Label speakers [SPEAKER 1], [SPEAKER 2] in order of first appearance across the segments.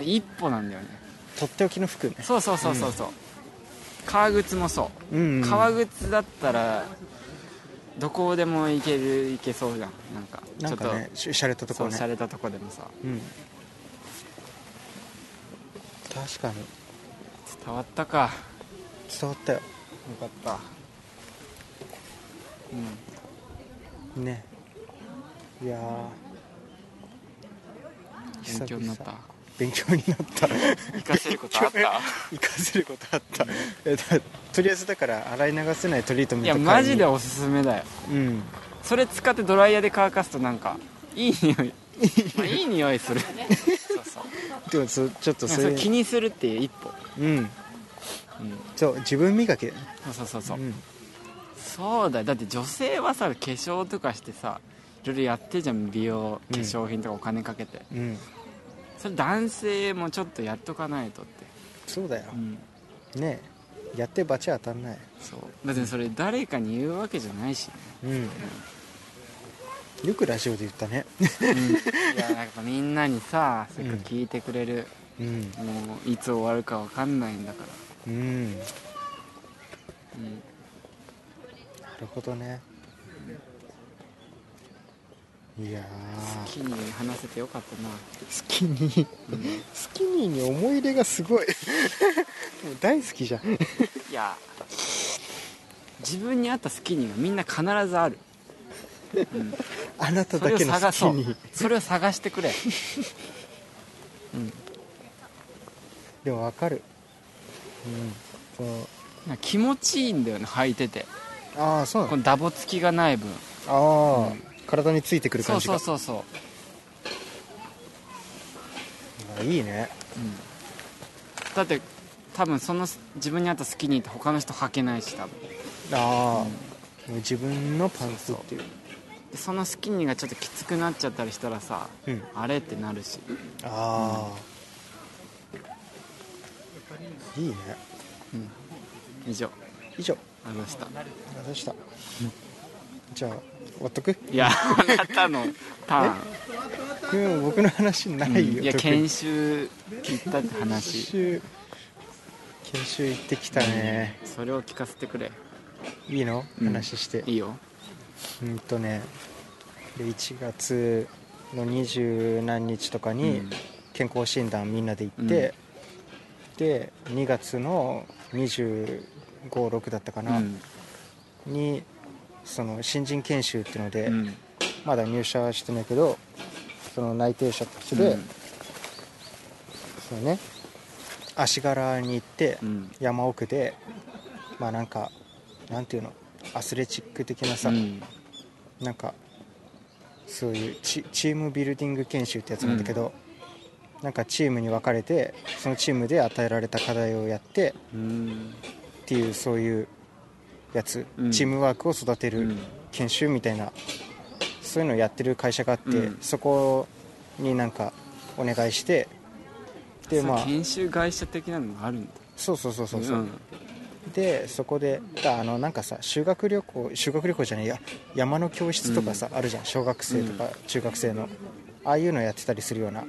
[SPEAKER 1] 一歩なんだよね
[SPEAKER 2] とっておきの服ね
[SPEAKER 1] そうそうそうそうそう、革靴もそうう、
[SPEAKER 2] ん、うん、
[SPEAKER 1] 革靴だったらどこでも行ける行けそうじゃんなんかちょ
[SPEAKER 2] な
[SPEAKER 1] っ
[SPEAKER 2] ん
[SPEAKER 1] と
[SPEAKER 2] かねしゃれたとこ
[SPEAKER 1] そう
[SPEAKER 2] ろ
[SPEAKER 1] 洒
[SPEAKER 2] ね
[SPEAKER 1] 落たとこでもさ
[SPEAKER 2] うん確かに
[SPEAKER 1] 伝わったか
[SPEAKER 2] 伝わったよ
[SPEAKER 1] よかったうん
[SPEAKER 2] ねいやー
[SPEAKER 1] 勉強になった
[SPEAKER 2] 久々勉強にな った
[SPEAKER 1] 行かせることあ っ
[SPEAKER 2] 勉強
[SPEAKER 1] た
[SPEAKER 2] 活かせることあったえだとりあえずだから洗い流せないトリートメン
[SPEAKER 1] い
[SPEAKER 2] ト
[SPEAKER 1] や
[SPEAKER 2] 買
[SPEAKER 1] マジで
[SPEAKER 2] に
[SPEAKER 1] おすすめだよ
[SPEAKER 2] うん
[SPEAKER 1] それ使ってドライヤーで乾かすとなんかいい匂いまあいい 匂いするそうそう
[SPEAKER 2] でもそちょっと
[SPEAKER 1] まあ
[SPEAKER 2] そ
[SPEAKER 1] そ
[SPEAKER 2] れ
[SPEAKER 1] れ気にするっていう一歩、
[SPEAKER 2] うん
[SPEAKER 1] うん、
[SPEAKER 2] そう自分磨きだよね
[SPEAKER 1] そうそうそうそう、
[SPEAKER 2] ん、
[SPEAKER 1] そうだよだって女性はさ化粧とかしてさいろいろやってるじゃん美容
[SPEAKER 2] うん
[SPEAKER 1] 化粧品とかお金かけて、
[SPEAKER 2] うん、
[SPEAKER 1] それ男性もちょっとやっとかないとって
[SPEAKER 2] そうだよ
[SPEAKER 1] うん
[SPEAKER 2] ねえやって罰当たんない
[SPEAKER 1] そうだってそれ誰かに言うわけじゃないしね、
[SPEAKER 2] うんよくラジオで言ったね
[SPEAKER 1] いやなんかみんなにさせっかく聞いてくれる、
[SPEAKER 2] うん
[SPEAKER 1] もういつ終わるかわかんないんだから
[SPEAKER 2] うんな
[SPEAKER 1] うん
[SPEAKER 2] るほどねいや
[SPEAKER 1] 好
[SPEAKER 2] ー
[SPEAKER 1] きに話せてよかったな
[SPEAKER 2] スキニー
[SPEAKER 1] うん
[SPEAKER 2] スキニーに思い入れがすごいもう大好きじゃん
[SPEAKER 1] いや自分に合ったスキニーがみんな必ずある、うん、
[SPEAKER 2] あなた
[SPEAKER 1] それ
[SPEAKER 2] だ
[SPEAKER 1] を
[SPEAKER 2] けの
[SPEAKER 1] 探
[SPEAKER 2] スキ
[SPEAKER 1] そう
[SPEAKER 2] ニー
[SPEAKER 1] それを探してくれ
[SPEAKER 2] でもわかるうんその
[SPEAKER 1] なんか気持ちいいんだよね履いてて
[SPEAKER 2] ああそうな
[SPEAKER 1] こ
[SPEAKER 2] の
[SPEAKER 1] のダボつきがない分
[SPEAKER 2] ああ、体についてくる
[SPEAKER 1] そ
[SPEAKER 2] 感
[SPEAKER 1] う
[SPEAKER 2] じ
[SPEAKER 1] そ
[SPEAKER 2] が
[SPEAKER 1] うそうそ
[SPEAKER 2] あいいね
[SPEAKER 1] う、うん、だって多分その自分に合ったスキニーって他の人履けないし多分
[SPEAKER 2] ああ、もう自分のパンツっていう
[SPEAKER 1] でそのスキニーがちょっときつくなっちゃったりしたらさ
[SPEAKER 2] うん
[SPEAKER 1] あれってなるし
[SPEAKER 2] ああ、いいね
[SPEAKER 1] 以上
[SPEAKER 2] 以上
[SPEAKER 1] ありました
[SPEAKER 2] あどうした、じゃあ終わっとく
[SPEAKER 1] いやあなたのタ ーン
[SPEAKER 2] 今僕の話ないよ、
[SPEAKER 1] いや
[SPEAKER 2] 特に
[SPEAKER 1] 研修行ったって
[SPEAKER 2] 研
[SPEAKER 1] 話
[SPEAKER 2] 修研修行ってきたね、
[SPEAKER 1] それを聞かせてくれ
[SPEAKER 2] いいの
[SPEAKER 1] うん
[SPEAKER 2] 話して
[SPEAKER 1] いいよ
[SPEAKER 2] うんとねで1月の二十何日とかに
[SPEAKER 1] うん
[SPEAKER 2] 健康診断みんなで行って、で2月の256だったか
[SPEAKER 1] う
[SPEAKER 2] な、
[SPEAKER 1] ん
[SPEAKER 2] にその新人研修っていうので、
[SPEAKER 1] うん
[SPEAKER 2] まだ入社はしてないけどその内定者としてで、
[SPEAKER 1] うん
[SPEAKER 2] そのね足柄に行って、
[SPEAKER 1] うん
[SPEAKER 2] 山奥でまあなんかなんていうのアスレチック的なさ、
[SPEAKER 1] うん
[SPEAKER 2] なんかそういうチチームビルディング研修ってやつなんだけど、なんかチームに分かれてそのチームで与えられた課題をやって
[SPEAKER 1] うん
[SPEAKER 2] っていうそういうやつ、
[SPEAKER 1] うん
[SPEAKER 2] チームワークを育てる、研修みたいなそういうのをやってる会社があって、
[SPEAKER 1] うん
[SPEAKER 2] そこになんかお願いしてで
[SPEAKER 1] でま
[SPEAKER 2] ま
[SPEAKER 1] あ
[SPEAKER 2] あ
[SPEAKER 1] 研修会社的なのがあるんだ
[SPEAKER 2] そうそうそうそうそう、
[SPEAKER 1] ん
[SPEAKER 2] でそこでだあのなんかさ修学旅行修学旅行じゃないや山の教室とかさ、あるじゃん小学生とか中学生の、ああいうのやってたりするような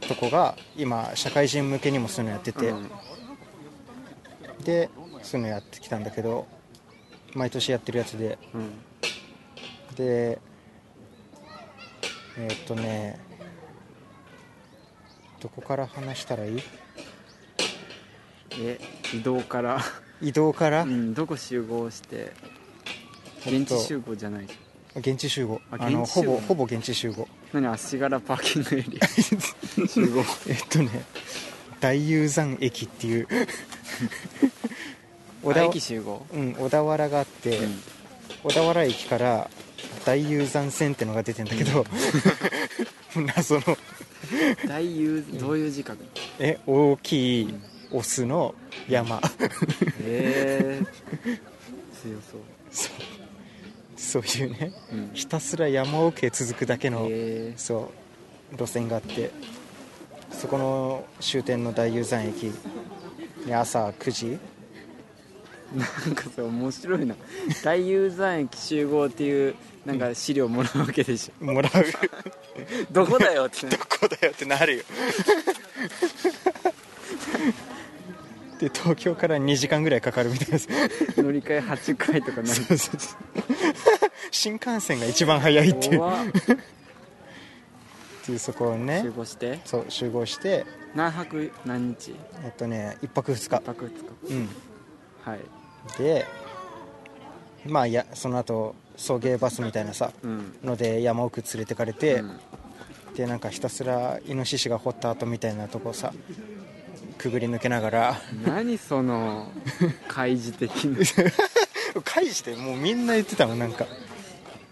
[SPEAKER 2] とこが今社会人向けにもそういうのやってて、
[SPEAKER 1] うん
[SPEAKER 2] でそういうのやってきたんだけど毎年やってるやつで
[SPEAKER 1] うん
[SPEAKER 2] でえーっとねどこから話したらいい
[SPEAKER 1] え移動 から、
[SPEAKER 2] 移動から、
[SPEAKER 1] うん、どこ集合して
[SPEAKER 2] えっ
[SPEAKER 1] 現
[SPEAKER 2] と
[SPEAKER 1] 地集合じゃない
[SPEAKER 2] 現地集合
[SPEAKER 1] あ
[SPEAKER 2] あの
[SPEAKER 1] 現地集合
[SPEAKER 2] ほぼほぼ現地集合
[SPEAKER 1] 何足柄パーキングエリア 集合
[SPEAKER 2] えっとね大雄山駅っ ていう小
[SPEAKER 1] あ
[SPEAKER 2] 田
[SPEAKER 1] 駅集合
[SPEAKER 2] うん、小田原があって、
[SPEAKER 1] うん
[SPEAKER 2] 小田原駅から大雄山線ってのが出てんだけど、 謎の
[SPEAKER 1] 大遊どういう字書くの
[SPEAKER 2] え大きいオスの山
[SPEAKER 1] えー、 強そう
[SPEAKER 2] そうそういうね
[SPEAKER 1] うん
[SPEAKER 2] ひたすら山奥へ続くだけの、
[SPEAKER 1] えー
[SPEAKER 2] そう路線があってそこの終点の大雄山駅に朝9時
[SPEAKER 1] なんかさ面白いな大雄山駅集合っていうなんか資料もらうわけでし
[SPEAKER 2] もらう
[SPEAKER 1] ょ どこだよって
[SPEAKER 2] どこだよってなるよ で東京から2時間ぐらいかかるみたいです
[SPEAKER 1] 乗り換え8回とかなる
[SPEAKER 2] そうそうそう新幹線が一番早いっていうっ
[SPEAKER 1] 怖 って
[SPEAKER 2] いうそこをね
[SPEAKER 1] 集合して
[SPEAKER 2] そう集合して
[SPEAKER 1] 何泊何日
[SPEAKER 2] えっとね1泊2日
[SPEAKER 1] 一泊二
[SPEAKER 2] うん
[SPEAKER 1] 日はい
[SPEAKER 2] でまあやその後送迎バスみたいなさ
[SPEAKER 1] うん
[SPEAKER 2] ので山奥連れてかれて、
[SPEAKER 1] うん
[SPEAKER 2] でなんかひたすらイノシシが掘った後みたいなとこさくぐり抜けながら
[SPEAKER 1] 何その開示的な
[SPEAKER 2] 返してもうみんな言ってたもんなんか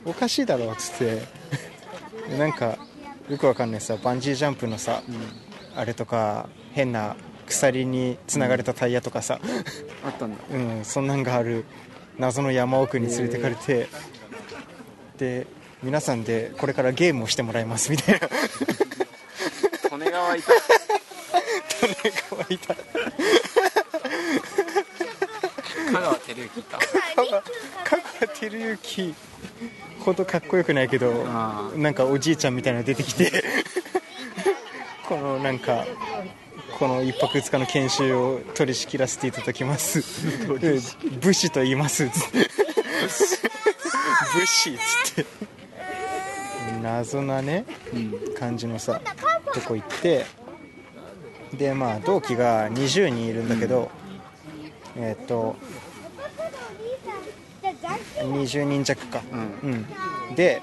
[SPEAKER 2] おかしいだろっつってでなんかよくわかんないさバンジージャンプのさ、あれとか変な鎖につながれたタイヤとかさ、
[SPEAKER 1] あったんだ
[SPEAKER 2] うん、そんなんがある謎の山奥に連れてかれて、で皆さんでこれからゲームをしてもらいますみたいな
[SPEAKER 1] 利根川いた
[SPEAKER 2] 誰かはいた
[SPEAKER 1] 香川照之いた
[SPEAKER 2] 香川照之ほどかっこよくないけど
[SPEAKER 1] あー
[SPEAKER 2] なんかおじいちゃんみたいなの出て きてこのなんかこの1泊2日の研修を取り仕切らせていただきますうん 武士と言いますつって武士っつって謎なね
[SPEAKER 1] うん
[SPEAKER 2] 感じのさとこ行ってでまあ同期が20人いるんだけど、えーっと20人弱か、
[SPEAKER 1] う
[SPEAKER 2] うんで、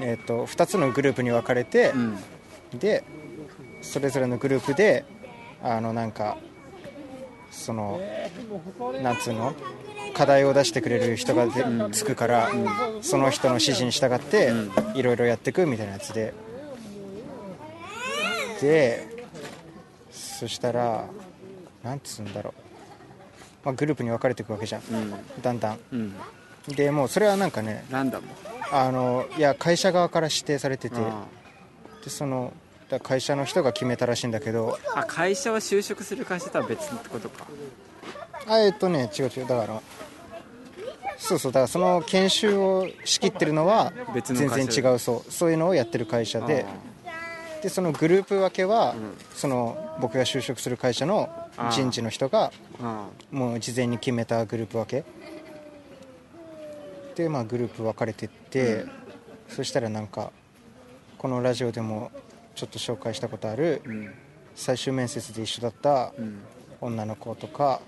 [SPEAKER 2] えーっと2つのグループに分かれて
[SPEAKER 1] う、ん
[SPEAKER 2] でそれぞれのグループであのなんかそのなんつうの課題を出してくれる人がでつくから、その人の指示に従っていろいろやっていくみたいなやつででそしたらなんつうんだろう、まあ、グループに分かれていくわけじゃん、だんだん
[SPEAKER 1] うん
[SPEAKER 2] でもうそれはなんかね
[SPEAKER 1] ランダム
[SPEAKER 2] あのいや会社側から指定されてて
[SPEAKER 1] あ
[SPEAKER 2] でそのだから会社の人が決めたらしいんだけど
[SPEAKER 1] ーあ会社は就職する会社とは別ってことか
[SPEAKER 2] あえっとね違う違うだからそうそうだからその研修を仕切ってるのは
[SPEAKER 1] 別の
[SPEAKER 2] 全
[SPEAKER 1] 会
[SPEAKER 2] 然
[SPEAKER 1] 社
[SPEAKER 2] 違うそうそういうのをやってる会社ででそのグループ分けは、その僕が就職する会社の人事の人が
[SPEAKER 1] あ
[SPEAKER 2] もう事前に決めたグループ分けでまあグループ分かれてって、そしたらなんかこのラジオでもちょっと紹介したことある、
[SPEAKER 1] ーうん
[SPEAKER 2] 最終面接で一緒だった
[SPEAKER 1] うん
[SPEAKER 2] 女の子とか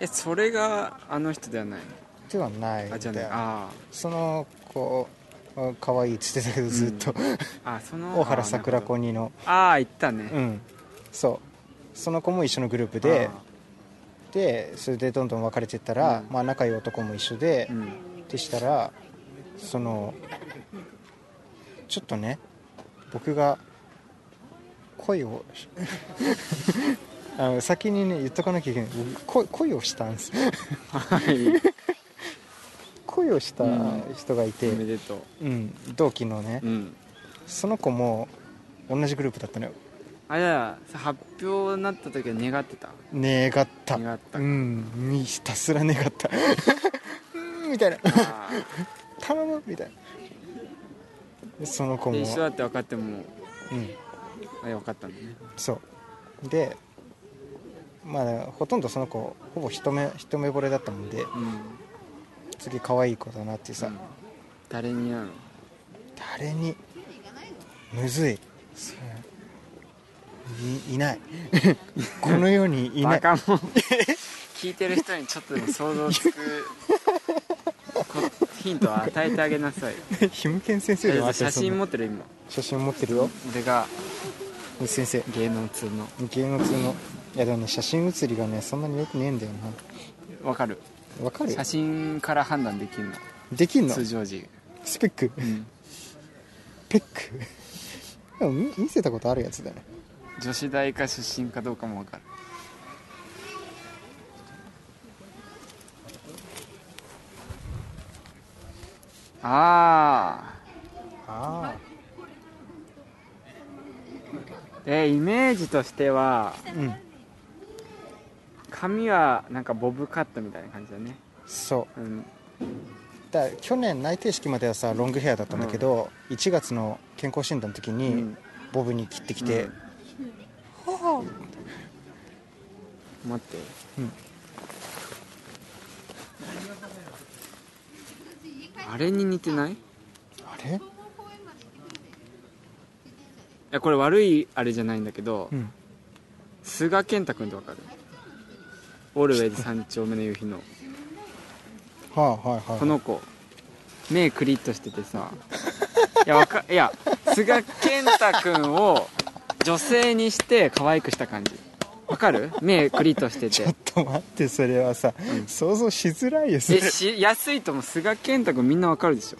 [SPEAKER 1] えそれがあの人ではない
[SPEAKER 2] ではないん
[SPEAKER 1] あじゃあ
[SPEAKER 2] だ
[SPEAKER 1] ね
[SPEAKER 2] よ
[SPEAKER 1] あ
[SPEAKER 2] その子あ可愛いっつってたけどずっと、
[SPEAKER 1] ーあその
[SPEAKER 2] 大原さくら子にの
[SPEAKER 1] ああ言ったね
[SPEAKER 2] うんそうその子も一緒のグループ
[SPEAKER 1] あー
[SPEAKER 2] ででそれでどんどん別れてったら、まあ、仲良い男も一緒で、
[SPEAKER 1] うん
[SPEAKER 2] でしたらそのちょっとね僕が 恋をあの先にね言っとかなきゃいけない僕恋恋をしたんです
[SPEAKER 1] はい
[SPEAKER 2] 恋をした人がいて、
[SPEAKER 1] お
[SPEAKER 2] う
[SPEAKER 1] め
[SPEAKER 2] ん
[SPEAKER 1] でとう
[SPEAKER 2] 同期のね、
[SPEAKER 1] うん
[SPEAKER 2] その子も同じグループだったのよ
[SPEAKER 1] あじゃあ発表になった時は願ってた
[SPEAKER 2] 願った
[SPEAKER 1] 願った
[SPEAKER 2] うんみひたすら願った うんみたいな
[SPEAKER 1] あ
[SPEAKER 2] 頼むみたいなその子
[SPEAKER 1] ー
[SPEAKER 2] も
[SPEAKER 1] で一緒だって分かっても
[SPEAKER 2] うん
[SPEAKER 1] あ分かったんだね
[SPEAKER 2] そうでまあほとんどその子ほぼ一目一目惚れだったもんで
[SPEAKER 1] うん
[SPEAKER 2] 次可愛い子だなってさ、
[SPEAKER 1] うん誰に会うの
[SPEAKER 2] 誰にむずいそういいない この世にいな
[SPEAKER 1] バ
[SPEAKER 2] い
[SPEAKER 1] カもん 聞いてる人にちょっとでも想像つくこヒントを与えてあげなさい
[SPEAKER 2] ひむけん先生でもあった
[SPEAKER 1] 写
[SPEAKER 2] よそんな
[SPEAKER 1] 真持ってる今
[SPEAKER 2] 写真持ってるよ
[SPEAKER 1] 俺が
[SPEAKER 2] 先生
[SPEAKER 1] 芸能通の
[SPEAKER 2] 芸能通のいやでもね写真写りがねそんなによくねえんだよ
[SPEAKER 1] わかる
[SPEAKER 2] なわかる
[SPEAKER 1] 写真から判断できるの
[SPEAKER 2] できんの
[SPEAKER 1] 通常時
[SPEAKER 2] スペック
[SPEAKER 1] うん
[SPEAKER 2] ペックでも見見せたことあるやつだね
[SPEAKER 1] 女子大か出身かどうかもわかるああ
[SPEAKER 2] あ
[SPEAKER 1] えイメージとしては
[SPEAKER 2] あうん
[SPEAKER 1] 髪はなんかボブカットみたいな感じだね
[SPEAKER 2] そう
[SPEAKER 1] うん
[SPEAKER 2] だから去年内定式まではさロングヘアだったんだけど、1月の健康診断の時
[SPEAKER 1] う
[SPEAKER 2] に
[SPEAKER 1] ん
[SPEAKER 2] ボブに切ってきて、
[SPEAKER 1] うん
[SPEAKER 2] は
[SPEAKER 1] 待って
[SPEAKER 2] うん
[SPEAKER 1] あれに似てないい
[SPEAKER 2] あれ
[SPEAKER 1] やこれ悪いあれじゃないんだけど、
[SPEAKER 2] うん
[SPEAKER 1] 菅健太君ってわかるオールウェイズ三丁目の夕日の
[SPEAKER 2] はあはいはい
[SPEAKER 1] この子目クリッとしててさいやわかいや菅健太君を女性にして可愛くした感じわかる目クリッとして
[SPEAKER 2] ちょ
[SPEAKER 1] て
[SPEAKER 2] っと待ってそれはさ、想像しづらいです
[SPEAKER 1] え
[SPEAKER 2] ね
[SPEAKER 1] し安いとも菅健太君みんなわかるでしょ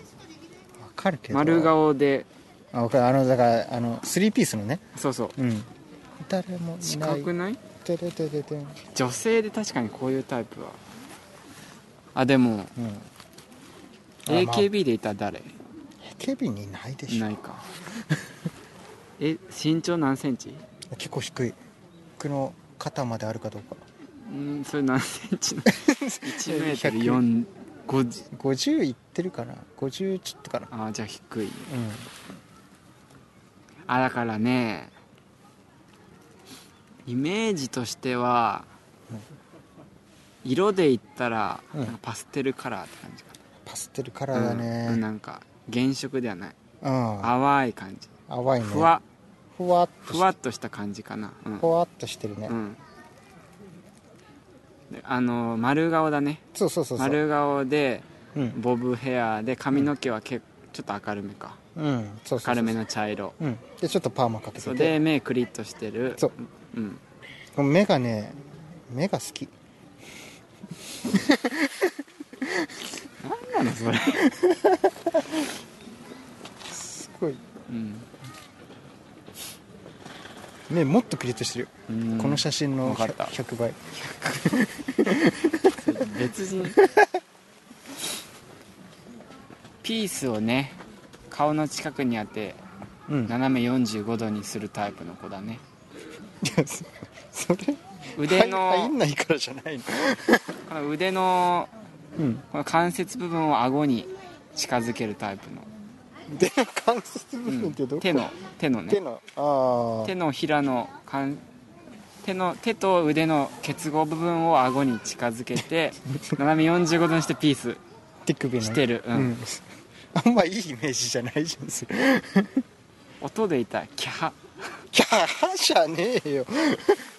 [SPEAKER 2] わかるけど
[SPEAKER 1] 丸顔で
[SPEAKER 2] あわかるあのだからあの3ピースのね
[SPEAKER 1] そうそう
[SPEAKER 2] うん誰もいな
[SPEAKER 1] 近
[SPEAKER 2] い
[SPEAKER 1] くない
[SPEAKER 2] てれてれてん
[SPEAKER 1] 女性で確かにこういうタイプはあでも
[SPEAKER 2] うんあまあ
[SPEAKER 1] AKB でいたら誰
[SPEAKER 2] ケビンにないで
[SPEAKER 1] い
[SPEAKER 2] しょ
[SPEAKER 1] ないか え身長何センチ
[SPEAKER 2] 結構低い僕の肩まであるかどうか
[SPEAKER 1] うんそれ何セン チなの1メートル4 5
[SPEAKER 2] 50いってるかな50ちょっとかな
[SPEAKER 1] あーじゃあ低いね
[SPEAKER 2] うん
[SPEAKER 1] あだからねイメージとしては色で言ったら、
[SPEAKER 2] うん
[SPEAKER 1] なんかパステルカラーって感じか
[SPEAKER 2] パステルカラ
[SPEAKER 1] な
[SPEAKER 2] ーだ
[SPEAKER 1] うん
[SPEAKER 2] ね
[SPEAKER 1] なんか原色ではない
[SPEAKER 2] うん、
[SPEAKER 1] 淡い感じ
[SPEAKER 2] 淡いね
[SPEAKER 1] ふわ
[SPEAKER 2] ふわっとし
[SPEAKER 1] ふわっとした感じかなうん
[SPEAKER 2] ふわっとしてるね、
[SPEAKER 1] うんであの丸顔だね
[SPEAKER 2] そうそうそうそう
[SPEAKER 1] 丸顔で
[SPEAKER 2] うん、
[SPEAKER 1] ボブヘアで髪の毛はけ、ちょっと明るめか
[SPEAKER 2] うん、そうそうそう
[SPEAKER 1] 明るめの茶色
[SPEAKER 2] うん、でちょっとパーマかけ
[SPEAKER 1] そ
[SPEAKER 2] て
[SPEAKER 1] う
[SPEAKER 2] て
[SPEAKER 1] で目クリッとしてる
[SPEAKER 2] そう
[SPEAKER 1] うん、
[SPEAKER 2] この目がね目が好き
[SPEAKER 1] 何なのそれ、
[SPEAKER 2] すごい
[SPEAKER 1] うん
[SPEAKER 2] 目もっとクリッとしてる、
[SPEAKER 1] うん
[SPEAKER 2] この写真の
[SPEAKER 1] わかった
[SPEAKER 2] 100倍
[SPEAKER 1] 別人ピースをね顔の近くにあって
[SPEAKER 2] うん
[SPEAKER 1] 斜め45度にするタイプの子だね
[SPEAKER 2] いやそ それ
[SPEAKER 1] 腕
[SPEAKER 2] 入入ん
[SPEAKER 1] の
[SPEAKER 2] ないからじゃないの
[SPEAKER 1] この腕の
[SPEAKER 2] うん
[SPEAKER 1] この関節部分を顎に近づけるタイプの
[SPEAKER 2] で関節
[SPEAKER 1] う
[SPEAKER 2] 部分
[SPEAKER 1] ん
[SPEAKER 2] ってどこ、
[SPEAKER 1] 手の手のね
[SPEAKER 2] 手のあ
[SPEAKER 1] 手のひらのかん手の手と腕の結合部分を顎に近づけ て斜め45度にしてピース
[SPEAKER 2] あ手首の
[SPEAKER 1] してるう
[SPEAKER 2] うんん、あんまいいイメージじゃないじゃんそれ
[SPEAKER 1] 音でいたらキャハ
[SPEAKER 2] キャハじゃねえよ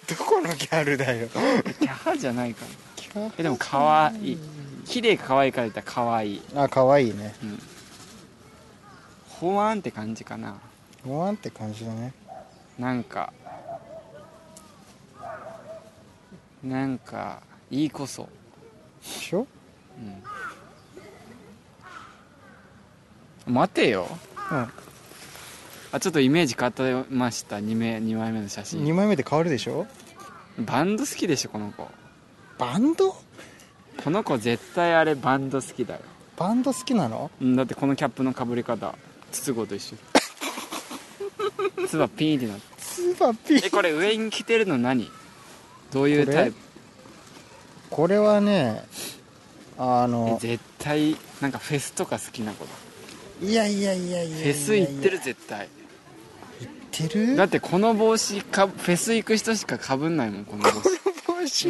[SPEAKER 2] どこのギャルだよ
[SPEAKER 1] キャハじゃないかな
[SPEAKER 2] キャハ
[SPEAKER 1] えでもかわいい綺麗かわいいから言ったらかわいい
[SPEAKER 2] あ可愛いね
[SPEAKER 1] ほわんって感じかな
[SPEAKER 2] ごわんって感じだね
[SPEAKER 1] なんかなんかいいこそ
[SPEAKER 2] でしょ
[SPEAKER 1] 待てよ
[SPEAKER 2] うん
[SPEAKER 1] あちょっとイメージ変わってました2名二枚目の写
[SPEAKER 2] 2
[SPEAKER 1] 真
[SPEAKER 2] 枚目で変わるでしょ
[SPEAKER 1] バンド好きでしょこの子
[SPEAKER 2] バンド
[SPEAKER 1] この子絶対あれバンド好きだよ
[SPEAKER 2] バンド好きなの
[SPEAKER 1] うんだってこのキャップのかぶり方筒子と 一緒つばピーンってなって
[SPEAKER 2] スーパーピ
[SPEAKER 1] え
[SPEAKER 2] ー
[SPEAKER 1] これ上に着てるの何どういうタイプ
[SPEAKER 2] これはねあ
[SPEAKER 1] え
[SPEAKER 2] の
[SPEAKER 1] 絶対なんかフェスとか好きな子だ
[SPEAKER 2] いやいやいやいやいや
[SPEAKER 1] フェス行ってる
[SPEAKER 2] る
[SPEAKER 1] 絶対
[SPEAKER 2] 行ってる
[SPEAKER 1] だってこの帽子かフェス行く人しかかぶんないもんこの帽子
[SPEAKER 2] 帽子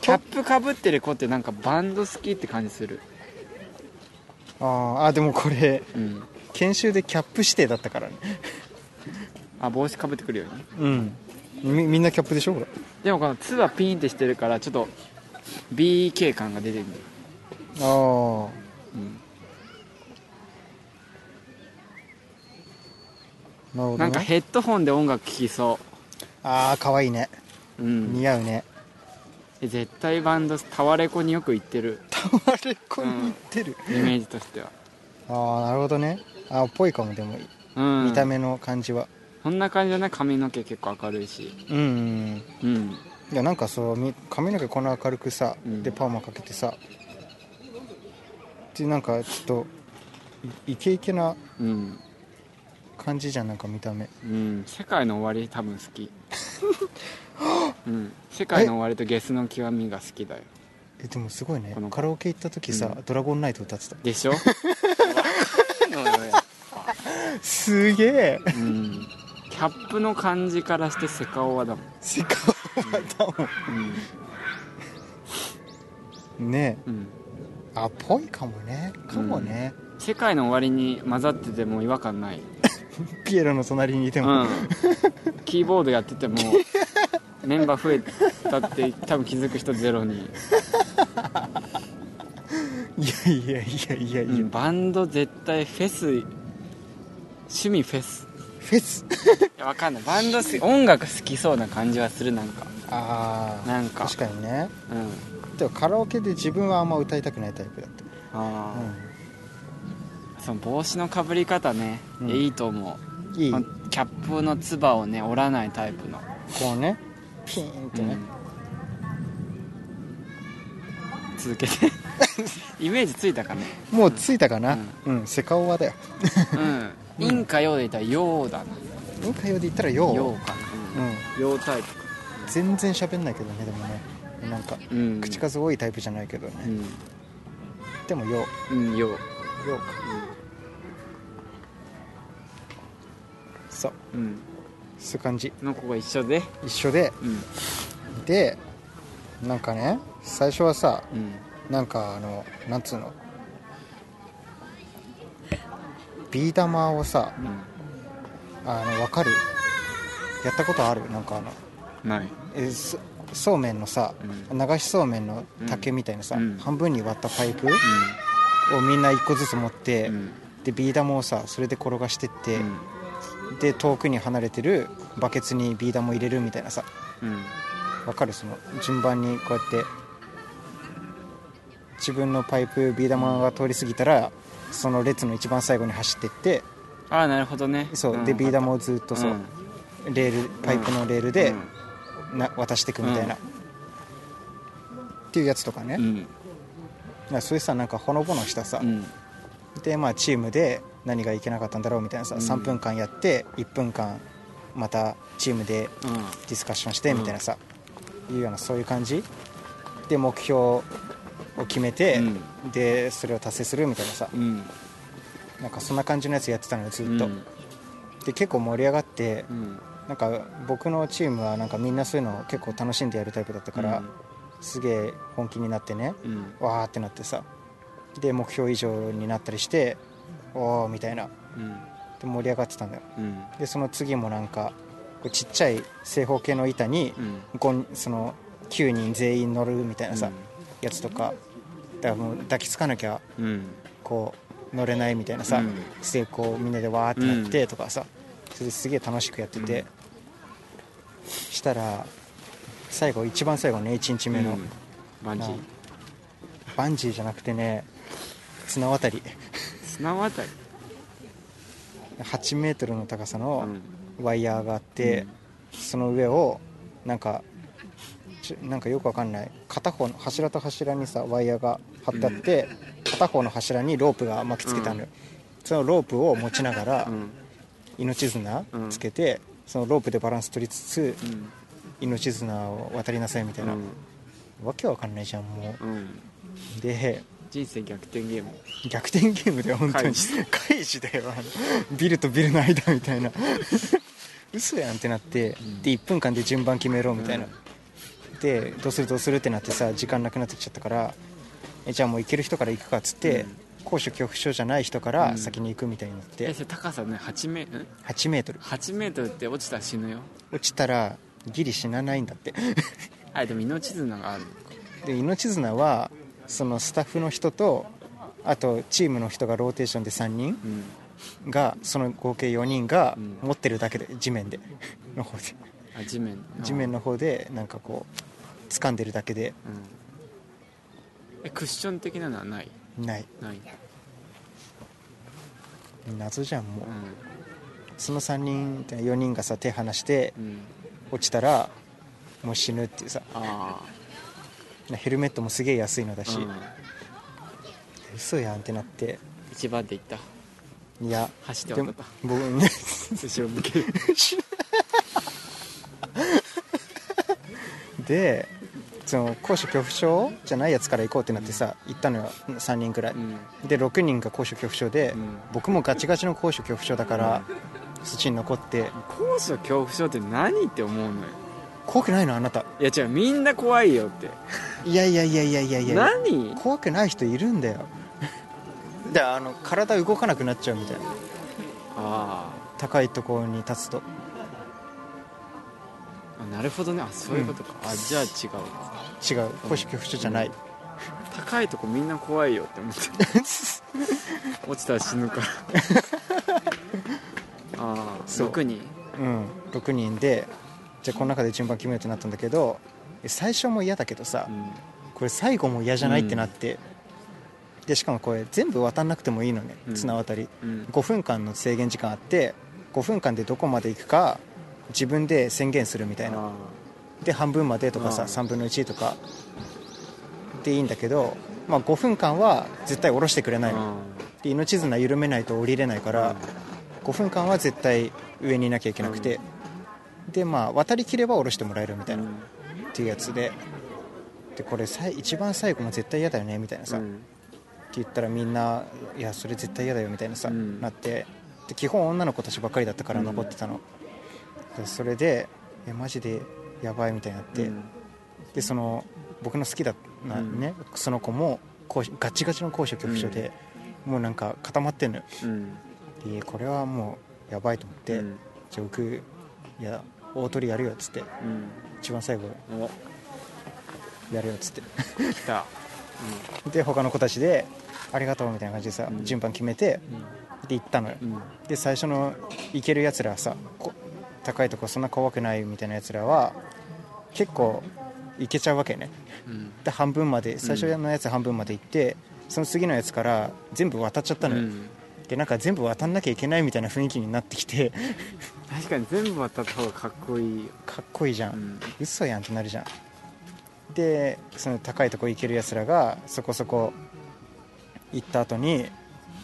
[SPEAKER 1] キャップかぶってる子ってなんかバンド好きって感じする
[SPEAKER 2] あーあでもこれ
[SPEAKER 1] うん
[SPEAKER 2] 研修でキャップ指定だったからね
[SPEAKER 1] あ帽子かぶってくるよね
[SPEAKER 2] うんみみんなキャップでしょこれ
[SPEAKER 1] でもこのツはピンってしてるからちょっと BK 感が出てるんだよ
[SPEAKER 2] あ
[SPEAKER 1] うん
[SPEAKER 2] あなるほど、ね、
[SPEAKER 1] なんかヘッドホンで音楽聴きそ
[SPEAKER 2] ああ可愛いね
[SPEAKER 1] ううん
[SPEAKER 2] 似合うね
[SPEAKER 1] え絶対バンドタワレコによく行ってる
[SPEAKER 2] タワレコに行ってる、
[SPEAKER 1] イメージとしては
[SPEAKER 2] ああなるほどねあーっぽいかもでも
[SPEAKER 1] うん
[SPEAKER 2] 見た目の感じは
[SPEAKER 1] こんな感じだね髪の毛結構明るいし
[SPEAKER 2] うん、うん、
[SPEAKER 1] うん
[SPEAKER 2] いやなんかそうみ髪の毛こんな明るくさ、
[SPEAKER 1] うん
[SPEAKER 2] でパーマかけてさでなんかちょっといイケイケな
[SPEAKER 1] うん
[SPEAKER 2] 感じじゃんなんか見た目
[SPEAKER 1] うん世界の終わり多分好 きうん世界の終わりとゲスの極みが好きだよ
[SPEAKER 2] えでもすごいね
[SPEAKER 1] この
[SPEAKER 2] カラオケ行った時さ、
[SPEAKER 1] う
[SPEAKER 2] ドラゴンナイト歌ってた
[SPEAKER 1] で しょわかんのよ
[SPEAKER 2] すげえ
[SPEAKER 1] うんキャキャップの感じからしてセカオワだもん
[SPEAKER 2] セカオワだもんね
[SPEAKER 1] うん、うん、
[SPEAKER 2] えあぽいかもねかもね、
[SPEAKER 1] 世界の終わりに混ざってても違和感ない
[SPEAKER 2] ピエロの隣にいても、
[SPEAKER 1] うん、キーボードやって てもメンバー増えたって多分気づく人ゼロに、
[SPEAKER 2] いやいやいやいやいや、
[SPEAKER 1] うんバンド絶対フェス趣味フェス
[SPEAKER 2] フェス
[SPEAKER 1] いやわかんないバンド好き音楽好きそうな感じはするなんか
[SPEAKER 2] ああ
[SPEAKER 1] なんか
[SPEAKER 2] 確かにね
[SPEAKER 1] うん
[SPEAKER 2] でもカラオケで自分はあんま歌いたくないタイプだった、
[SPEAKER 1] ああ、その帽子のかぶり方ね、
[SPEAKER 2] うん
[SPEAKER 1] いいと思
[SPEAKER 2] うん、いうい
[SPEAKER 1] このキャップのつばをね折らないタイプの、
[SPEAKER 2] こうねピーンと
[SPEAKER 1] う
[SPEAKER 2] ね
[SPEAKER 1] ん、続け てイメージついたかね
[SPEAKER 2] もうついたかなうん、セカオワだよ
[SPEAKER 1] うん陰か陽で言ったら陽だ
[SPEAKER 2] 文化用で言ったら
[SPEAKER 1] な
[SPEAKER 2] よ
[SPEAKER 1] 陽
[SPEAKER 2] う、
[SPEAKER 1] か
[SPEAKER 2] う
[SPEAKER 1] な、
[SPEAKER 2] ん、
[SPEAKER 1] 陽タイプ
[SPEAKER 2] 全然喋んないけどねでもねなんか
[SPEAKER 1] うん
[SPEAKER 2] 口数多いタイプじゃないけど
[SPEAKER 1] う
[SPEAKER 2] ね、
[SPEAKER 1] ん
[SPEAKER 2] でもよ
[SPEAKER 1] うん陽
[SPEAKER 2] うようかそう
[SPEAKER 1] うん
[SPEAKER 2] そういう感じ
[SPEAKER 1] の子が一緒で
[SPEAKER 2] 一緒で
[SPEAKER 1] うん
[SPEAKER 2] でなんかね最初はさ
[SPEAKER 1] うん
[SPEAKER 2] なんかあのなんつうのビー玉をさあのわかるやったことあるなんかあの
[SPEAKER 1] うんない
[SPEAKER 2] えそそうめんのさ、流しそうめんの竹みたいなさ、
[SPEAKER 1] うん
[SPEAKER 2] 半分に割ったパイプをみんな一個ずつ持って、
[SPEAKER 1] うんうん
[SPEAKER 2] でビー玉をさそれで転がしてって、
[SPEAKER 1] うん
[SPEAKER 2] で遠くに離れてるバケツにビー玉を入れるみたいなさ
[SPEAKER 1] うん
[SPEAKER 2] わかるその順番にこうやって自分のパイプビー玉が通り過ぎたらその列の一番最後に走ってって
[SPEAKER 1] ああなるほどね
[SPEAKER 2] そう、
[SPEAKER 1] ん
[SPEAKER 2] でビー玉をずっとそう、レールパイプのレールで、な渡していくみたいな、
[SPEAKER 1] う
[SPEAKER 2] っていうやつとかね、
[SPEAKER 1] うんうん
[SPEAKER 2] だからそういうさなんかほのぼのしたさ、
[SPEAKER 1] うん
[SPEAKER 2] でまあチームで何がいけなかったんだろうみたいなさ、
[SPEAKER 1] うん
[SPEAKER 2] 3分間やって1分間またチームで
[SPEAKER 1] うん
[SPEAKER 2] ディスカッションしてみたいなさ、いうようなそういう感じで目標を決めて、
[SPEAKER 1] う
[SPEAKER 2] でそれを達成するみたいなさ
[SPEAKER 1] うん
[SPEAKER 2] なんかそんな感じのやつやってたのよずっと、
[SPEAKER 1] うん
[SPEAKER 2] で結構盛り上がって
[SPEAKER 1] うん
[SPEAKER 2] なんか僕のチームはなんかみんなそういうのを結構楽しんでやるタイプだったから、すげえ本気になってね
[SPEAKER 1] うん
[SPEAKER 2] わーってなってさで目標以上になったりしておーみたいな
[SPEAKER 1] うん
[SPEAKER 2] で盛り上がってたんだよ
[SPEAKER 1] うん
[SPEAKER 2] でその次もなんかこうちっちゃい正方形の板に
[SPEAKER 1] うん
[SPEAKER 2] ごんその9人全員乗るみたいなさ、
[SPEAKER 1] うん
[SPEAKER 2] やつとかだからもう抱きつかなきゃ
[SPEAKER 1] うん
[SPEAKER 2] こう乗れないみたいなさ、
[SPEAKER 1] うん
[SPEAKER 2] すげえこうみんなでわーってやってとかさ、それですげえ楽しくやってて、
[SPEAKER 1] うん
[SPEAKER 2] したら最後一番最後ね1日目の、
[SPEAKER 1] うんバンジー
[SPEAKER 2] なバンジーじゃなくてね綱渡り
[SPEAKER 1] 綱渡り
[SPEAKER 2] 8メートルの高さの
[SPEAKER 1] うん
[SPEAKER 2] ワイヤーがあって、その上をなんかちょなんかよくわかんない片方の柱と柱にさワイヤーが張ってあって、片方の柱にロープが巻きつけたのよ、そのロープを持ちながら
[SPEAKER 1] うん
[SPEAKER 2] 命綱つけて、そのロープでバランス取りつつ
[SPEAKER 1] うん
[SPEAKER 2] 命綱を渡りなさいみたいな、
[SPEAKER 1] うん
[SPEAKER 2] わけわかんないじゃんも
[SPEAKER 1] うん
[SPEAKER 2] うで
[SPEAKER 1] 人生逆転ゲーム
[SPEAKER 2] 逆転ゲームだよ本当に
[SPEAKER 1] 開示
[SPEAKER 2] 開示だよあのビルとビルの間みたいな 嘘やんってなって、
[SPEAKER 1] ん
[SPEAKER 2] で1分間で順番決めろみたいな、でどうするどうするってなってさ時間なくなってきちゃったからえじゃあもう行ける人から行くかっつって、
[SPEAKER 1] うん
[SPEAKER 2] 高所恐怖症じゃない人か
[SPEAKER 1] う
[SPEAKER 2] ら
[SPEAKER 1] ん
[SPEAKER 2] 先に行くみたいになって、
[SPEAKER 1] えそれ高さね8メん
[SPEAKER 2] 8メートル
[SPEAKER 1] 8メートルって落ちたら死ぬよ
[SPEAKER 2] 落ちたらギリ死なないんだって
[SPEAKER 1] あでも命綱がある
[SPEAKER 2] で命綱はそのスタッフの人とあとチームの人がローテーションで3人、
[SPEAKER 1] うん
[SPEAKER 2] がその合計4人が
[SPEAKER 1] うん
[SPEAKER 2] 持ってるだけで地面での方で
[SPEAKER 1] あ地面
[SPEAKER 2] 地面
[SPEAKER 1] の、
[SPEAKER 2] の方でなんかこう掴んでるだけで
[SPEAKER 1] うんえクッション的なのはない
[SPEAKER 2] ない
[SPEAKER 1] ない、
[SPEAKER 2] 謎じゃん
[SPEAKER 1] う
[SPEAKER 2] もうその3人って4人がさ手離して
[SPEAKER 1] んうん、
[SPEAKER 2] 落ちたらもう死ぬっていうさ
[SPEAKER 1] あ
[SPEAKER 2] ヘルメットもすげえ安いのだ
[SPEAKER 1] あ、
[SPEAKER 2] し、
[SPEAKER 1] うん、
[SPEAKER 2] 嘘やんってなって
[SPEAKER 1] 一番で行 った
[SPEAKER 2] いや
[SPEAKER 1] 走って
[SPEAKER 2] で
[SPEAKER 1] 渡
[SPEAKER 2] も
[SPEAKER 1] った
[SPEAKER 2] 僕ね
[SPEAKER 1] 後ろ向ける
[SPEAKER 2] でその高所恐怖症じゃないやつから行こうってなってさ行ったのよ3人くらい、
[SPEAKER 1] うん
[SPEAKER 2] で6人が高所恐怖症で、
[SPEAKER 1] うん
[SPEAKER 2] 僕もガチガチの高所恐怖症だから、土に残って
[SPEAKER 1] 高所恐怖症って何って思うのよ
[SPEAKER 2] 怖くないのあなた
[SPEAKER 1] いや違うみんな怖いよって
[SPEAKER 2] いやいやいやいやいやいや
[SPEAKER 1] 何
[SPEAKER 2] 怖くない人いるんだよであの体動かなくなっちゃうみたいな
[SPEAKER 1] あ
[SPEAKER 2] 高いところに立つと
[SPEAKER 1] ーあなるほどねあそういうことか、あじゃあ違う
[SPEAKER 2] 違う高所恐怖症じゃない、
[SPEAKER 1] 高いとこみんな怖いよって思って 落ちたら死ぬから ああ
[SPEAKER 2] そう
[SPEAKER 1] 6人
[SPEAKER 2] うん、6人でじゃあこの中で順番決めようってなったんだけど最初も嫌だけどさ、
[SPEAKER 1] うん
[SPEAKER 2] これ最後も嫌じゃないってなって、でしかもこれ全部渡んなくてもいいのね、
[SPEAKER 1] うん
[SPEAKER 2] 綱渡り
[SPEAKER 1] うん
[SPEAKER 2] 5分間の制限時間あって5分間でどこまで行くか自分で宣言するみたいな
[SPEAKER 1] あ
[SPEAKER 2] で半分までとかさ
[SPEAKER 1] あー
[SPEAKER 2] 3分の1とかでいいんだけど、まあ、5分間は絶対下ろしてくれ
[SPEAKER 1] ー
[SPEAKER 2] ないの、
[SPEAKER 1] あ
[SPEAKER 2] で命綱緩めないと降りれないか
[SPEAKER 1] ー
[SPEAKER 2] ら、5分間は絶対上にいなきゃいけなくて、でまあ渡りきれば下ろしてもらえるみたいな、
[SPEAKER 1] うん
[SPEAKER 2] っていうやつででこれさい一番最後も絶対嫌だよねみたいなさ、
[SPEAKER 1] う
[SPEAKER 2] って
[SPEAKER 1] ん
[SPEAKER 2] 言ったらみんないやそれ絶対嫌だよみたいなさ、
[SPEAKER 1] うん
[SPEAKER 2] なってで基本女の子たちばっかりだったから
[SPEAKER 1] うん
[SPEAKER 2] 残ってたの、でそれでえマジでやばいみたいになって、
[SPEAKER 1] うん
[SPEAKER 2] でその僕の好きだな、ねその子も高所ガチガチの高所恐怖症で、もうなんか固まってんのよ
[SPEAKER 1] うん
[SPEAKER 2] でこれはもうやばいと思って、
[SPEAKER 1] うん
[SPEAKER 2] じゃあ僕いや大鳥やるよっつって一番最後
[SPEAKER 1] うんお
[SPEAKER 2] やるよっつって
[SPEAKER 1] 来た
[SPEAKER 2] で他の子たちで「ありがとう」みたいな感じでさ、
[SPEAKER 1] うん
[SPEAKER 2] 順番決めて
[SPEAKER 1] うん
[SPEAKER 2] で行ったのよ、
[SPEAKER 1] うんうん
[SPEAKER 2] で最初の行けるやつらはさこ高いとこそんな怖くないみたいなやつらは結構行けちゃうわけね
[SPEAKER 1] うん
[SPEAKER 2] で半分まで最初のやつ半分まで行って、その次のやつから全部渡っちゃったのよ、
[SPEAKER 1] うん
[SPEAKER 2] でなんか全部渡んなきゃいけないみたいな雰囲気になってきて
[SPEAKER 1] 確かに全部渡った方がかっこいいよ
[SPEAKER 2] かっこいいじゃん、
[SPEAKER 1] うん
[SPEAKER 2] 嘘やんってなるじゃんでその高いとこ行けるやつらがそこそこ行った後に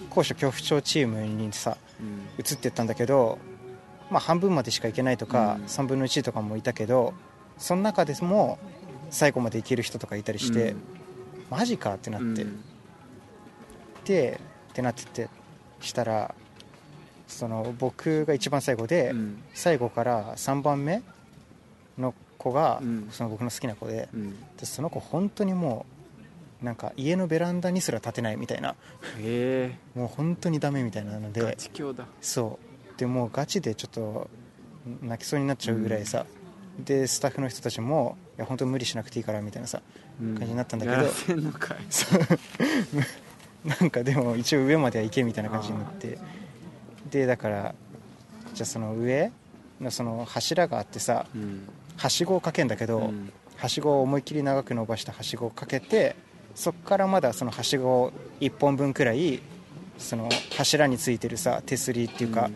[SPEAKER 2] 高所恐怖症チームにさ
[SPEAKER 1] うん
[SPEAKER 2] 移ってったんだけど、まあ、半分までしか行けないとか、
[SPEAKER 1] うん
[SPEAKER 2] 3分の1とかもいたけどその中でも最後まで行ける人とかいたりして、マジかってなっ
[SPEAKER 1] う
[SPEAKER 2] て、
[SPEAKER 1] ん
[SPEAKER 2] でってなってってしたらその僕が一番最後で、
[SPEAKER 1] うん
[SPEAKER 2] 最後から3番目の子が、
[SPEAKER 1] うん
[SPEAKER 2] その僕の好きな子で
[SPEAKER 1] うん
[SPEAKER 2] でその子本当にもうなんか家のベランダにすら立てないみたいな
[SPEAKER 1] へ
[SPEAKER 2] もう本当にダメみたいな
[SPEAKER 1] え
[SPEAKER 2] の
[SPEAKER 1] ガ
[SPEAKER 2] で
[SPEAKER 1] チ強だ
[SPEAKER 2] そうでもうガチでちょっと泣きそうになっちゃうぐらいさ、でスタッフの人たちもいや本当無理しなくていいからみたいなさ
[SPEAKER 1] うん
[SPEAKER 2] 感じになったんだけど
[SPEAKER 1] やらせんのかい
[SPEAKER 2] そうなんかでも一応上までは行けみたいな感じになってでだからじゃあその上のその柱があってさ
[SPEAKER 1] うん
[SPEAKER 2] はしごをかけんだけど、
[SPEAKER 1] うん
[SPEAKER 2] はしごを思いっきり長く伸ばしたはしごをかけてそこからまだそのはしごを1本分くらいその柱についてるさ手すりっていうか、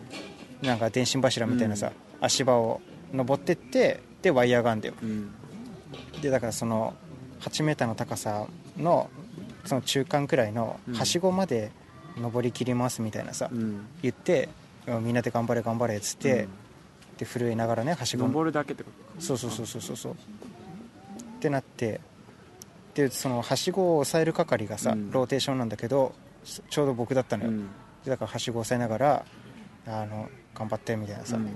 [SPEAKER 2] なんか電信柱みたいなさ、足場を登ってってでワイヤーがあんだよ
[SPEAKER 1] うん
[SPEAKER 2] でだからその8メーターの高さのその中間くらいの
[SPEAKER 1] うん
[SPEAKER 2] はしごまで登りきりますみたいなさ、
[SPEAKER 1] うん
[SPEAKER 2] 言ってうんみんなで頑張れ頑張れっつって、
[SPEAKER 1] うん
[SPEAKER 2] で震えながらねはしご
[SPEAKER 1] 登るだけってこ
[SPEAKER 2] そうそうそうそうそうそうってなってでそのはしごを押さえる係がさ、
[SPEAKER 1] うん
[SPEAKER 2] ローテーションなんだけどそちょうど僕だったの
[SPEAKER 1] とう
[SPEAKER 2] よ、で
[SPEAKER 1] ん
[SPEAKER 2] だからはしごを押さえながらあの頑張ってみたいなさ、
[SPEAKER 1] うん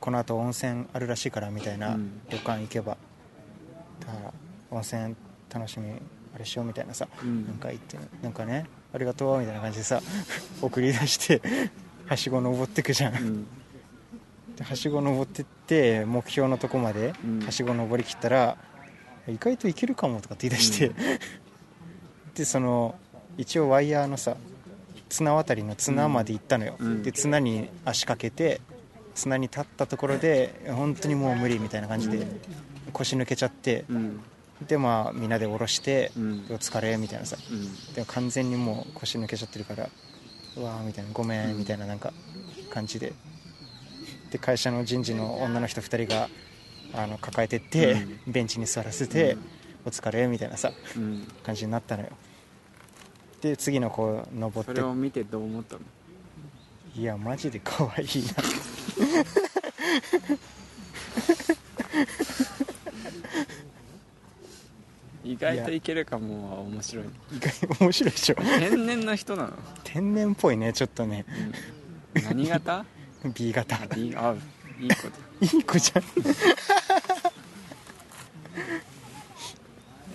[SPEAKER 2] このあと温泉あるらしいからみたいな、
[SPEAKER 1] うん
[SPEAKER 2] 旅館行けばだから温泉楽しみあれしようみたいなさ、
[SPEAKER 1] うん
[SPEAKER 2] なんか行ってなんかねありがとうみたいな感じでさ 送り出してはしご登ってくじゃん
[SPEAKER 1] うん
[SPEAKER 2] ではしご登ってって目標のとこまで
[SPEAKER 1] うん
[SPEAKER 2] はしご登りきったら、意外といけるかもとかって言い出して、
[SPEAKER 1] うん
[SPEAKER 2] でその一応ワイヤーのさ綱渡りの綱まで行ったのよ、
[SPEAKER 1] うん
[SPEAKER 2] で綱に足かけて綱に立ったところで本当にもう無理みたいな感じで腰抜けちゃって
[SPEAKER 1] う、ん
[SPEAKER 2] でまあみんなで下ろして、
[SPEAKER 1] うん
[SPEAKER 2] お疲れみたいなさ
[SPEAKER 1] うん
[SPEAKER 2] でも完全にもう腰抜けちゃってるからうわーみたいなごめんみたいななんか感じでで会社の人事の女の人2人があの抱えてって、ベンチに座らせて、お疲れみたいなさ
[SPEAKER 1] うん
[SPEAKER 2] 感じになったのよで次の子登
[SPEAKER 1] それ
[SPEAKER 2] って
[SPEAKER 1] を見てどう思ったの
[SPEAKER 2] いやマジで可愛いな
[SPEAKER 1] 意外といけるかもは面白い
[SPEAKER 2] 意外に面白いでしょ
[SPEAKER 1] 天然の人なの
[SPEAKER 2] 天然っぽいねちょっとね
[SPEAKER 1] 何型
[SPEAKER 2] B 型
[SPEAKER 1] いいあいいこ
[SPEAKER 2] いい子じゃん
[SPEAKER 1] と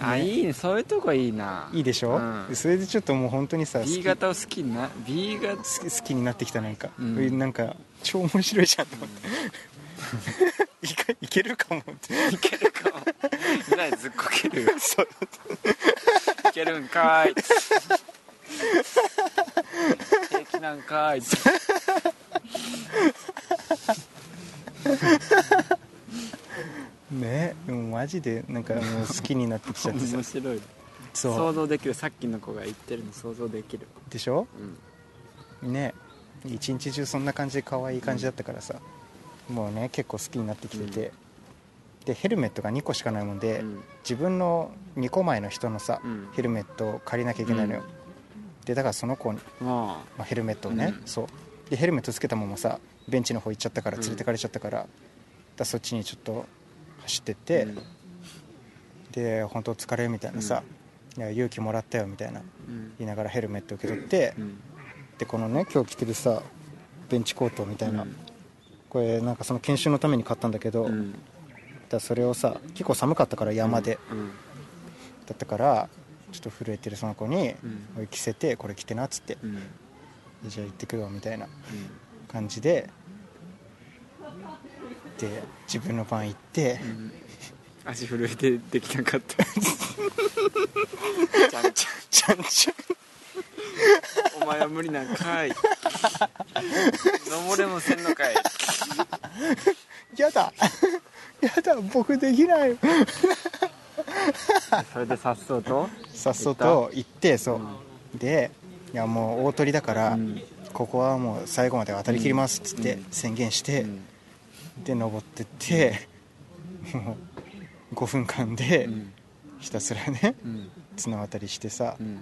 [SPEAKER 1] あいいねそういうとこいいない
[SPEAKER 2] いでしょ、
[SPEAKER 1] うん
[SPEAKER 2] それでちょっともう本当にさ好
[SPEAKER 1] B
[SPEAKER 2] き
[SPEAKER 1] 型を好きにな B 型
[SPEAKER 2] 好き好きになってきたなんか、
[SPEAKER 1] うん
[SPEAKER 2] なんか超面白いじゃんと思って、 いかいけるかもって
[SPEAKER 1] いけるかもぐらいずっこけるよ
[SPEAKER 2] そう
[SPEAKER 1] いけるんかーい平気なんかーい
[SPEAKER 2] ねでもマジでなんかもう好きになってきちゃってさ
[SPEAKER 1] 面白い
[SPEAKER 2] そ
[SPEAKER 1] 想
[SPEAKER 2] う
[SPEAKER 1] 像できるさっきの子が言ってるの想像できる
[SPEAKER 2] でしょ
[SPEAKER 1] うん
[SPEAKER 2] ね一日中そんな感じで可愛い感じだったからさ、もうね結構好きになってきてて、でヘルメットが2個しかないもんで、
[SPEAKER 1] うん
[SPEAKER 2] 自分の2個前の人のさ、
[SPEAKER 1] うん
[SPEAKER 2] ヘルメットを借りなきゃいけないのよ、でだからその子に
[SPEAKER 1] あ
[SPEAKER 2] まあ、ヘルメットをね、
[SPEAKER 1] うん
[SPEAKER 2] そうでヘルメットつけたままさベンチの方行っちゃったから連れてかれちゃったから,、だからそっちにちょっと走ってっ
[SPEAKER 1] あ
[SPEAKER 2] て、
[SPEAKER 1] うん
[SPEAKER 2] で本当疲れみたいなさ、いや勇気もらったよみたいな
[SPEAKER 1] うん
[SPEAKER 2] 言いながらヘルメット受け取って、
[SPEAKER 1] うん
[SPEAKER 2] でこのね今日着てるさベンチコートみたいな、
[SPEAKER 1] うん
[SPEAKER 2] これなんかその研修のために買ったんだけど、
[SPEAKER 1] う
[SPEAKER 2] だか
[SPEAKER 1] ん
[SPEAKER 2] らそれをさ結構寒かったから山で、
[SPEAKER 1] うん
[SPEAKER 2] だったからちょっと震えてるその子に、
[SPEAKER 1] ん
[SPEAKER 2] おい着せてこれ着てなっつって、
[SPEAKER 1] うんうん
[SPEAKER 2] じゃあ行ってくよみたいな感じでで自分の番行って
[SPEAKER 1] うん足震えてできなかったちゃんち
[SPEAKER 2] ちゃんちゃん
[SPEAKER 1] ゃんお前は無理なんかい登れもせんのかい
[SPEAKER 2] やだ やだ僕できない
[SPEAKER 1] それでさっそうと
[SPEAKER 2] さっそうと行ってそうでいやもう大鳥だから、
[SPEAKER 1] うん
[SPEAKER 2] ここはもう最後まで渡りきりますっつって
[SPEAKER 1] うん
[SPEAKER 2] 宣言して、
[SPEAKER 1] うん
[SPEAKER 2] で登ってってもう5分間で
[SPEAKER 1] うん
[SPEAKER 2] ひたすらね
[SPEAKER 1] うん
[SPEAKER 2] 綱渡りしてさ、
[SPEAKER 1] うん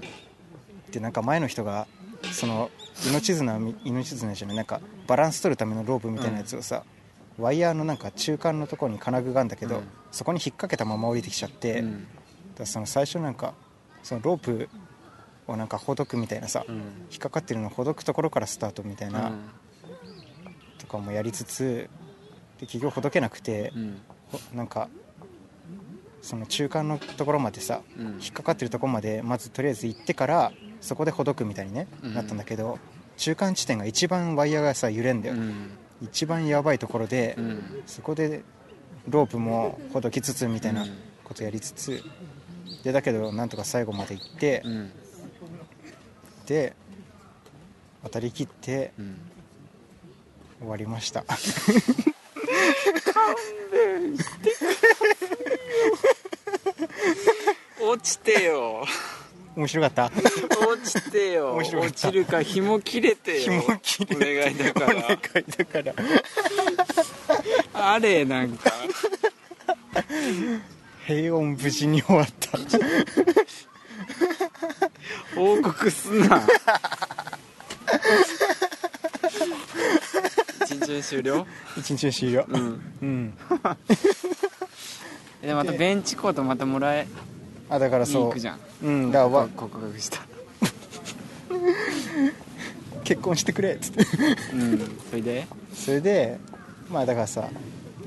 [SPEAKER 2] でなんか前の人がその命綱み命綱じゃないなんかバランス取るためのロープみたいなやつをさ、ワイヤーのなんか中間のところに金具があるんだけ
[SPEAKER 1] う
[SPEAKER 2] ど、
[SPEAKER 1] ん
[SPEAKER 2] そこに引っ掛けたまま降りてきちゃって、
[SPEAKER 1] う
[SPEAKER 2] だか
[SPEAKER 1] ん
[SPEAKER 2] らその最初なんかそのロープをなんかほどくみたいなさ、
[SPEAKER 1] うん
[SPEAKER 2] 引っかかってるのをほどくところからスタートみたいな、とかもやりつつで結局ほどけなくて、
[SPEAKER 1] うん
[SPEAKER 2] ほなんかその中間のところまでさ、
[SPEAKER 1] うん
[SPEAKER 2] 引っかかってるとこまでまずとりあえず行ってからそこでほどくみたいに、ね
[SPEAKER 1] うん
[SPEAKER 2] なったんだけど中間地点が一番ワイヤーがさ揺れんだ
[SPEAKER 1] う
[SPEAKER 2] よ、
[SPEAKER 1] ん
[SPEAKER 2] 一番やばいところで、
[SPEAKER 1] うん
[SPEAKER 2] そこでロープもほどきつつみたいな
[SPEAKER 1] うん
[SPEAKER 2] ことやりつつでだけどなんとか最後まで行って、
[SPEAKER 1] うん
[SPEAKER 2] で渡り切って
[SPEAKER 1] うん
[SPEAKER 2] 終わりました
[SPEAKER 1] 落ちてよ
[SPEAKER 2] 面白かった
[SPEAKER 1] 落ちてよ
[SPEAKER 2] 面白か
[SPEAKER 1] 落
[SPEAKER 2] った
[SPEAKER 1] ちるか紐切れてよ
[SPEAKER 2] 紐切れ
[SPEAKER 1] お願いだ
[SPEAKER 2] お
[SPEAKER 1] か
[SPEAKER 2] 願い
[SPEAKER 1] ら
[SPEAKER 2] だから
[SPEAKER 1] あれなんか
[SPEAKER 2] 平穏無事に終わった
[SPEAKER 1] 報告すん な一日目終了
[SPEAKER 2] 一日目終了
[SPEAKER 1] うん
[SPEAKER 2] うん
[SPEAKER 1] でまたベンチコートまたもらえ
[SPEAKER 2] あだから
[SPEAKER 1] に行
[SPEAKER 2] そ
[SPEAKER 1] くじゃん
[SPEAKER 2] ううんだからわ
[SPEAKER 1] 告白した
[SPEAKER 2] 結婚してくれっつって
[SPEAKER 1] うんそれで
[SPEAKER 2] それでまあだからさ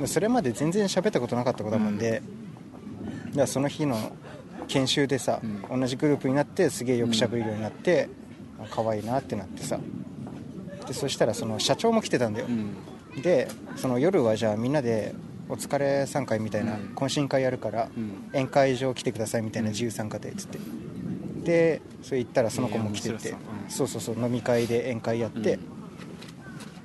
[SPEAKER 2] それまで全然喋ったことなかった子だもんで、だからその日の研修でさ、
[SPEAKER 1] うん
[SPEAKER 2] 同じグループになってすげえよく喋るようになって、あ可愛いなってなってさでそしたらその社長も来てたんだよ
[SPEAKER 1] う、ん
[SPEAKER 2] でその夜はじゃあみんなでお疲れ参会みたいな
[SPEAKER 1] うん
[SPEAKER 2] 懇親会やるから、
[SPEAKER 1] うん
[SPEAKER 2] 宴会場来てくださいみたいな自由参加でっつってでそれ行ったらその子も来てて、
[SPEAKER 1] えー面白そううん
[SPEAKER 2] そうそうそう飲み会で宴会やって、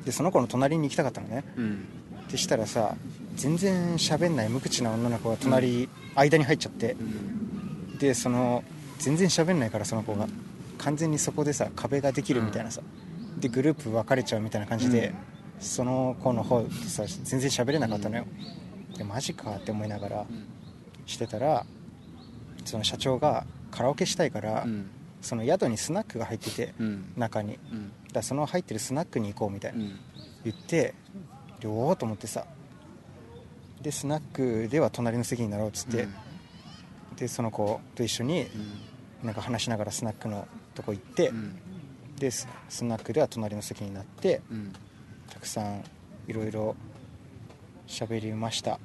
[SPEAKER 2] でその子の隣に行きたかったのね
[SPEAKER 1] うん
[SPEAKER 2] でしたらさ全然喋んない無口な女の子が隣、間に入っちゃって
[SPEAKER 1] うん
[SPEAKER 2] でその全然喋んないからその子が完全にそこでさ壁ができるみたいなさ、でグループ分かれちゃうみたいな感じで、その子の方でさ全然喋れなかったのよ、でマジかって思いながらしてたらその社長がカラオケしたいから、
[SPEAKER 1] うん
[SPEAKER 2] その宿にスナックが入ってて、
[SPEAKER 1] うん
[SPEAKER 2] 中にだか
[SPEAKER 1] うん
[SPEAKER 2] らその入ってるスナックに行こうみたい
[SPEAKER 1] う
[SPEAKER 2] な、
[SPEAKER 1] ん
[SPEAKER 2] 言ってでおおと思ってさでスナックでは隣の席になろうっつって、でその子と一緒になんか話しながらスナックのとこ行って、
[SPEAKER 1] うん
[SPEAKER 2] でススナックでは隣の席になって
[SPEAKER 1] うん
[SPEAKER 2] たくさんいろいろ喋りました